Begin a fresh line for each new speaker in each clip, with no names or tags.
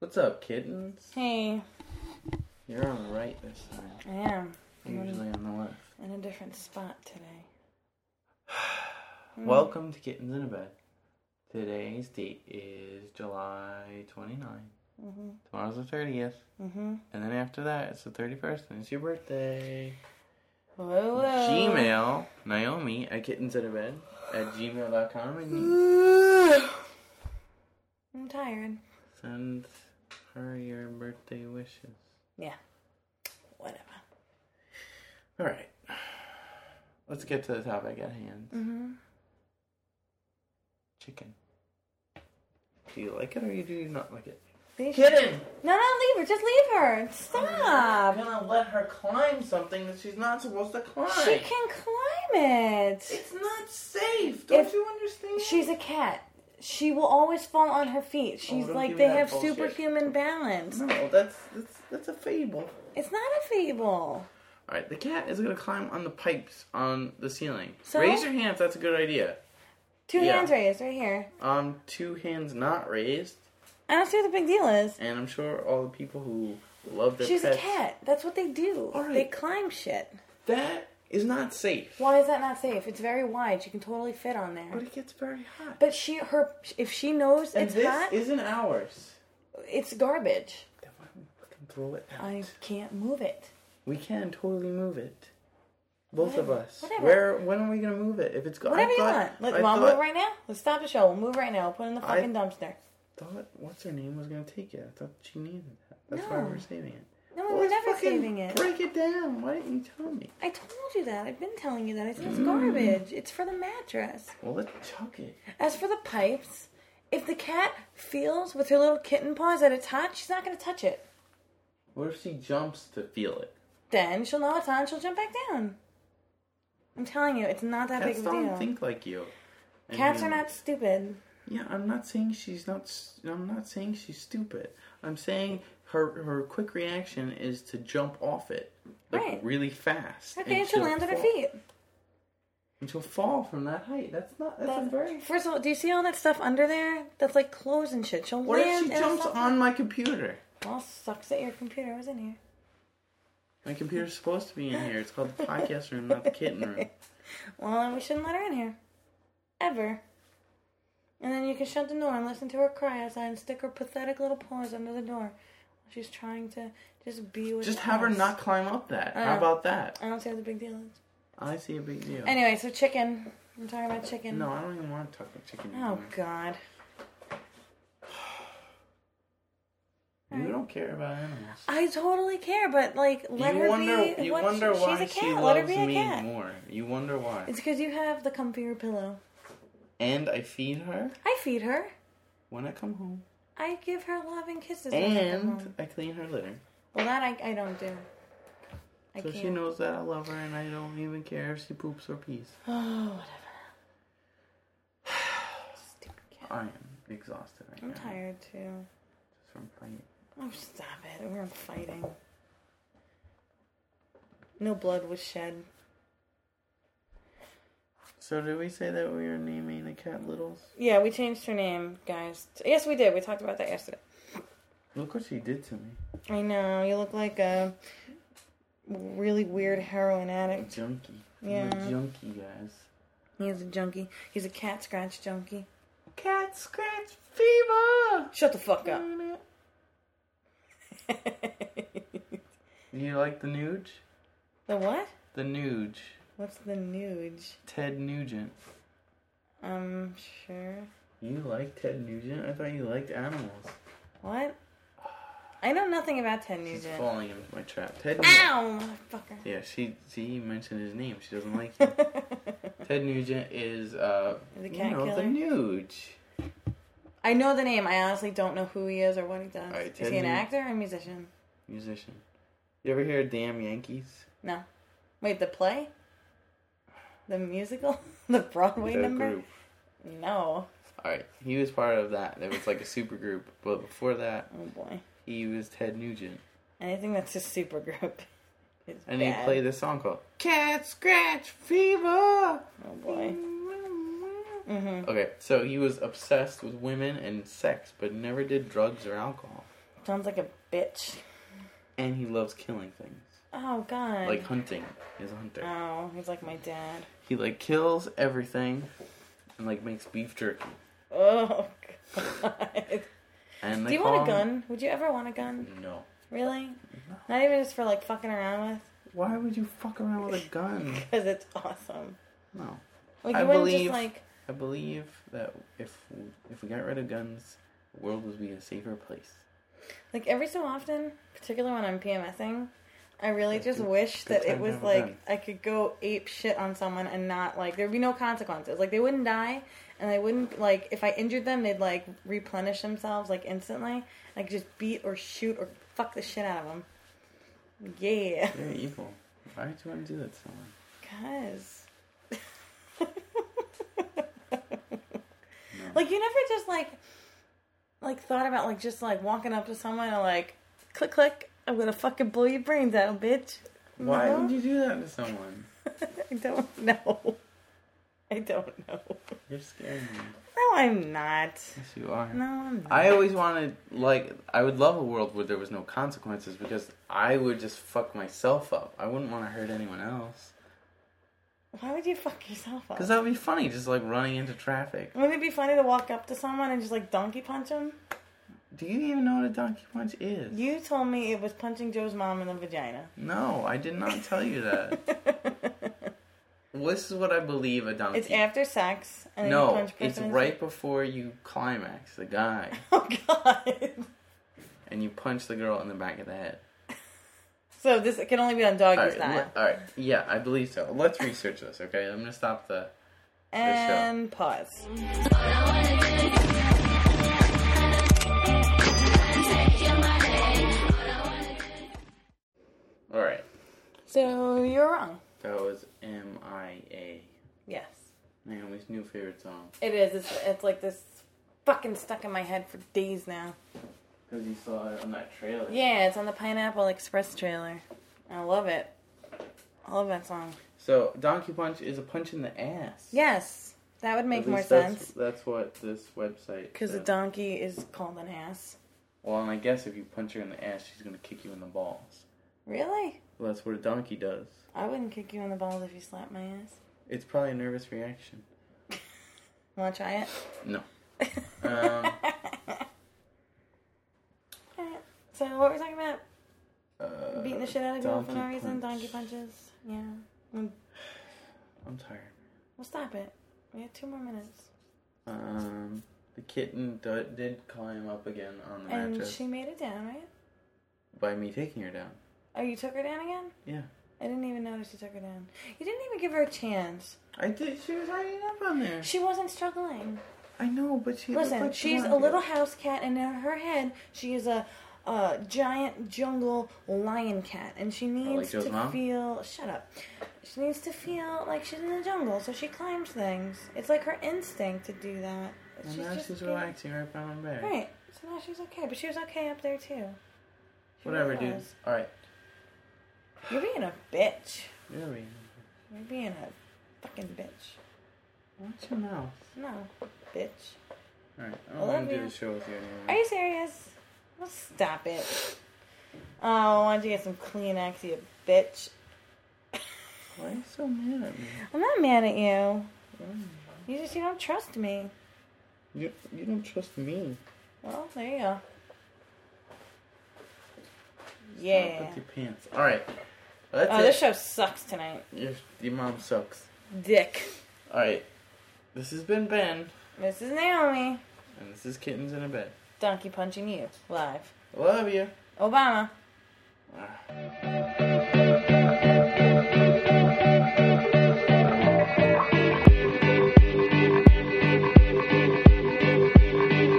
What's up, kittens?
Hey,
You're on the right this time.
I am. I'm
I'm
in,
usually on the left.
in a different spot today. Mm-hmm.
Welcome to Kittens in a Bed. Today's date is July 29.
Mm-hmm.
Tomorrow's the 30th.
Mm-hmm.
And then after that, it's the 31st, and it's your birthday.
Hello. hello.
Gmail Naomi at kittensinabed at gmail.com and
I'm tired.
send her your birthday wishes.
Whatever.
All right. Let's get to the topic at hand
Mm-hmm.
chicken. Do you like it or do you not like it?
They should-
Kitten!
No, no, leave her. Just leave her.
I'm
Stop.
gonna let her climb something that she's not supposed to climb.
She can climb it.
It's not safe. Don't
If-
you understand?
She's a cat. She will always fall on her feet. She's
Oh, don't
like
give
they
me that
have
bullshit.
superhuman balance.
no. That's that's that's a fable.
It's not a fable.
All right, the cat is gonna climb on the pipes on the ceiling.
So?
Raise your hand if that's a good idea.
Two
Yeah.
hands raised right here.
Um, two hands not raised,
I don't see what the big deal is.
and I'm sure all the people who love their
She's
pets.
a cat. That's what they do.
All right.
They climb shit.
That is not safe.
Why is that not safe? It's very wide. She can totally fit on
But
there.
it gets very hot.
But she, her, if she knows
and
it's
this
hot,
isn't ours.
it's garbage.
Then why don't we fucking throw it out?
I can't move it.
We can totally move it. Both of
Whatever.
us.
Whatever.
Where? When are we gonna move it? If it's gone,
Whatever
I
you
thought,
want. Let,
I
want to
thought,
move right now? Let's stop the show. We'll move right now. Put it in the
I-
fucking dumpster.
thought what's her name was gonna take it. I thought she needed that. That's why
No.
we're saving it.
No,
Well,
we're
let's
never
fucking
saving it.
Break it down. Why didn't you tell me?
I told you that. I've been telling you that. I said
Mm.
it's garbage. It's for the mattress.
Well, let's chuck it.
As for the pipes, if the cat feels with her little kitten paws that it's hot, she's not going to touch it.
What if she jumps to feel it?
Then she'll know it's on. She'll jump back down. I'm telling you, it's not that
Cats
big of a
don't
deal.
think like you. And
Cats are
humans.
not stupid.
Yeah, I'm not saying she's not. s- I'm not saying she's stupid. I'm saying her her quick reaction is to jump off it, like
Right.
really fast.
Okay, and she'll land on her
fall-
feet.
And she'll fall from that height. That's not. That's, a
That-
very.
First of all, do you see all that stuff under there? That's like clothes and shit. She'll
What if
land.
she
and
jumps
it'll-
on my computer?
Well, sucks that your computer was in here.
My computer's supposed to be in here. It's called the podcast room, not the kitten room.
Well, then we shouldn't let her in here, ever. And then you can shut the door and listen to her cry outside and stick her pathetic little paws under the door. She's trying to just be with.
Just have her
us.
not climb up that.
I
How
know.
about that?
I don't see what the big deal is.
I see a big deal.
Anyway, so chicken. I'm talking about chicken.
No, I don't even want to talk about chicken.
Oh
anymore.
God.
You don't care about animals.
I totally care, but like, Uh, let
you
her
wonder.
be.
you
what-
wonder
she-
why
she's a cat.
she
let her
loves
be a
me
cat.
more. You wonder why.
It's because you have the comfier pillow.
and I feed her
I feed her.
when I come home,
I give her love and kisses. when I come
and
home.
I clean her litter,
well, that I, I don't do. I
so
can't.
she knows that I love her, and I don't even care if she poops or pees.
Oh, whatever. Stupid cat.
I am exhausted right
I'm
now
tired too.
just from fighting.
Oh, stop it. We're fighting. No blood was shed.
So did we say that we were naming the cat Littles?
Yeah, we changed her name, guys. Yes, we did. We talked about that yesterday.
Look what she did to me.
I know. You look like a really weird heroin
I'm
addict.
junkie. I'm
Yeah.
a junkie, guys.
He's a junkie. He's a cat scratch junkie.
Cat scratch fever.
Shut the fuck up.
Do you like the Nuge?
the what?
The Nuge.
What's the nuge?
Ted Nugent.
Um, sure.
You like Ted Nugent? I thought you liked animals.
What? I know nothing about Ted
She's
Nugent.
falling into my trap. Ted Nugent.
Ow, motherfucker.
Yeah, she she mentioned his name. She doesn't like him.
the
Ted Nugent is uh
cat
you know,
killer.
the Nuge.
I know the name. I honestly don't know who he is or what he does.
Alright,
is
Ted
he an
Nugent.
actor or a musician?
Musician. You ever hear of Damn Yankees?
No. Wait, the play? The musical? the Broadway
The
number?
group.
No.
Alright. He was part of that. There was like a super group. But before that,
Oh boy.
he was Ted Nugent.
Anything that's a super group is
And
bad.
he played this song called Cat Scratch Fever.
Oh boy. Mm-hmm.
Okay, so he was obsessed with women and sex, but never did drugs or alcohol.
Sounds like a bitch.
And he loves killing things,
Oh God.
like hunting. He's a hunter.
oh, he's like my dad.
He like kills everything, and like makes beef jerky.
Oh God.
And
Do
they
you want
call
a
him-
gun? Would you ever want a gun?
No.
Really?
No.
Not even just for like fucking around with?
Why would you fuck around with a gun?
Because it's awesome.
No.
Like you
I
wouldn't
believe-
just like
I believe that if if we got rid of guns, the world would be a safer place.
like every so often, particularly when I'm PMSing, I really
That's
just
good-
wish
good
that
time
it
to
was
have a
like
gun.
I could go ape shit on someone and not like there'd be no consequences. Like they wouldn't die and they wouldn't like if I injured them they'd like replenish themselves like instantly. I could just beat or shoot or fuck the shit out of them. Yeah.
They're evil. Why would you want to do that to someone?
Cuz
No.
Like you never just like like thought about like just like walking up to someone and like click click I'm gonna fucking blow your brains out, bitch.
Why
No?
would you do that to someone?
I don't know. I don't know.
You're scaring me.
No, I'm not.
Yes, you are.
No, I'm not.
I always wanted, like, I would love a world where there was no consequences because I would just fuck myself up. I wouldn't want to hurt anyone else.
Why would you fuck yourself up?
Because that would be funny, just like running into traffic.
Wouldn't it be funny to walk up to someone and just like donkey punch them?
Do you even know what a donkey punch is?
You told me it was punching Joe's mom in the vagina.
No, I did not tell you that. this is what I believe a donkey
it's after sex and then you
No,
punch person
it's
in-
right before you climax the guy
Oh god.
and you punch the girl in the back of the head.
So this can only be on doggy
All right,
style.
le- all right, yeah, I believe so. Let's research this, okay? I'm gonna stop the.
And pause.
All right,
So you're wrong.
that was M I A.
Yes.
Naomi's new favorite song.
It is. It's, it's like this fucking stuck in my head for days now.
Because you saw it on that trailer.
Yeah, it's on the Pineapple Express trailer. I love it. I love that song.
So donkey punch is a punch in the ass.
Yes, that would make
At
more
least that's,
sense.
That's what this website.
Because a
said.
donkey is called an ass.
well, and I guess if you punch her in the ass, she's gonna kick you in the balls.
Really?
Well, that's what a donkey does.
I wouldn't kick you in the balls if you slapped my ass.
It's probably a nervous reaction.
Want to try it?
No. Um,
Alright, So what were we talking about?
Uh,
Beating the shit out of people for no
donkey
reason.
punch.
Donkey punches. Yeah. Mm,
I'm tired.
Well, stop it. We have two more minutes.
Um, the kitten d- did climb up again on the
And
mattress
she made it down, right?
by me taking her down.
Oh, you took her down again?
Yeah.
I didn't even notice you took her down. You didn't even give her a chance.
I did. She was hiding up on there.
She wasn't struggling.
I know, but she. looked
Listen,
like she
she's
wanted
a
to
little
go-
house cat, and in her head, she is a, a giant jungle lion cat, and she needs
Joe's
to
mom?
feel. Shut up. She needs to feel like she's in the jungle, so she climbs things. It's like her instinct to do that.
And now
just
she's
being-
relaxing right by my bed.
Right. So now she's okay, but she was okay up there too. She
Whatever,
really
dude.
was.
All right.
You're being a bitch.
You're reading.
You're being a fucking bitch.
Watch your mouth.
No, bitch.
All right. I
I
don't
love
want to do
you.
the show with you
Are
anymore.
you serious? Well, stop it. Oh, why don't you get some Kleenex, you bitch?
Why are you so mad at me?
I'm not mad at you.
Mm.
You just you don't trust me.
You, you don't trust me.
Well, there you go.
Stop
Yeah.
with your pants. All right. That's
Oh,
it.
this show sucks tonight.
your, your mom sucks.
Dick.
All right. This has been Ben.
This is Naomi.
And this is Kittens in a Bed.
Donkey punching you live.
Love you.
Obama.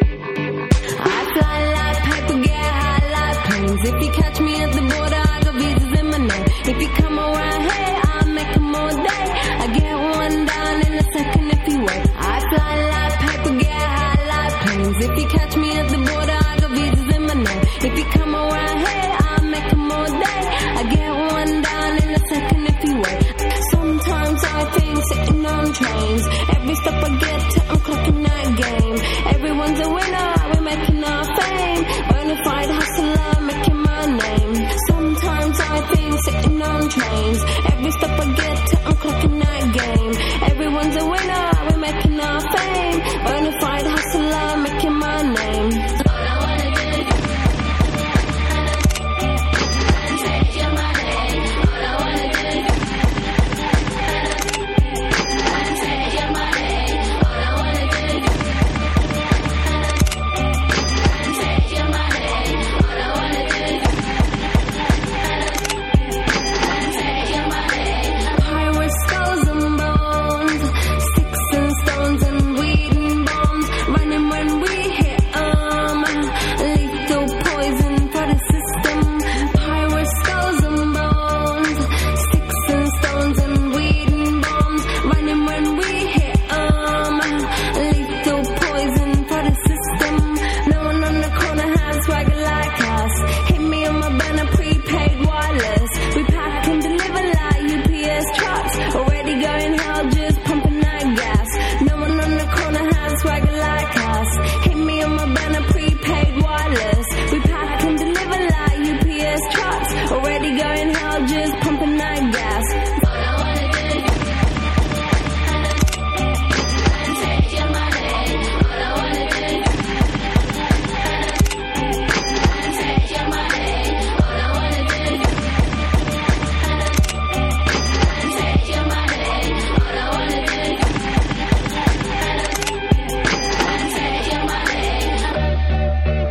I fly like paper, get high like planes. If you catch me at the border, I got visas in my name. If you come around, hey, I'll make 'em all day. I get one down in a second if you wait. I fly like paper, get high like planes. If you catch me at the border, I got visas in my name. If you come around, hey, I'll make 'em all day. I get one down in a second if you wait. Sometimes I think sitting on trains. Every step I get to, I'm clocking that game. Everyone's a winner, we're making our fame. Bona fide hustlers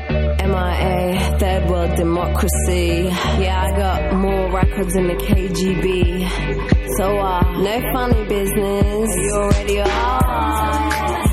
Hey, third world democracy. Yeah, I got more records than the KGB. So, uh, no funny business. You already are.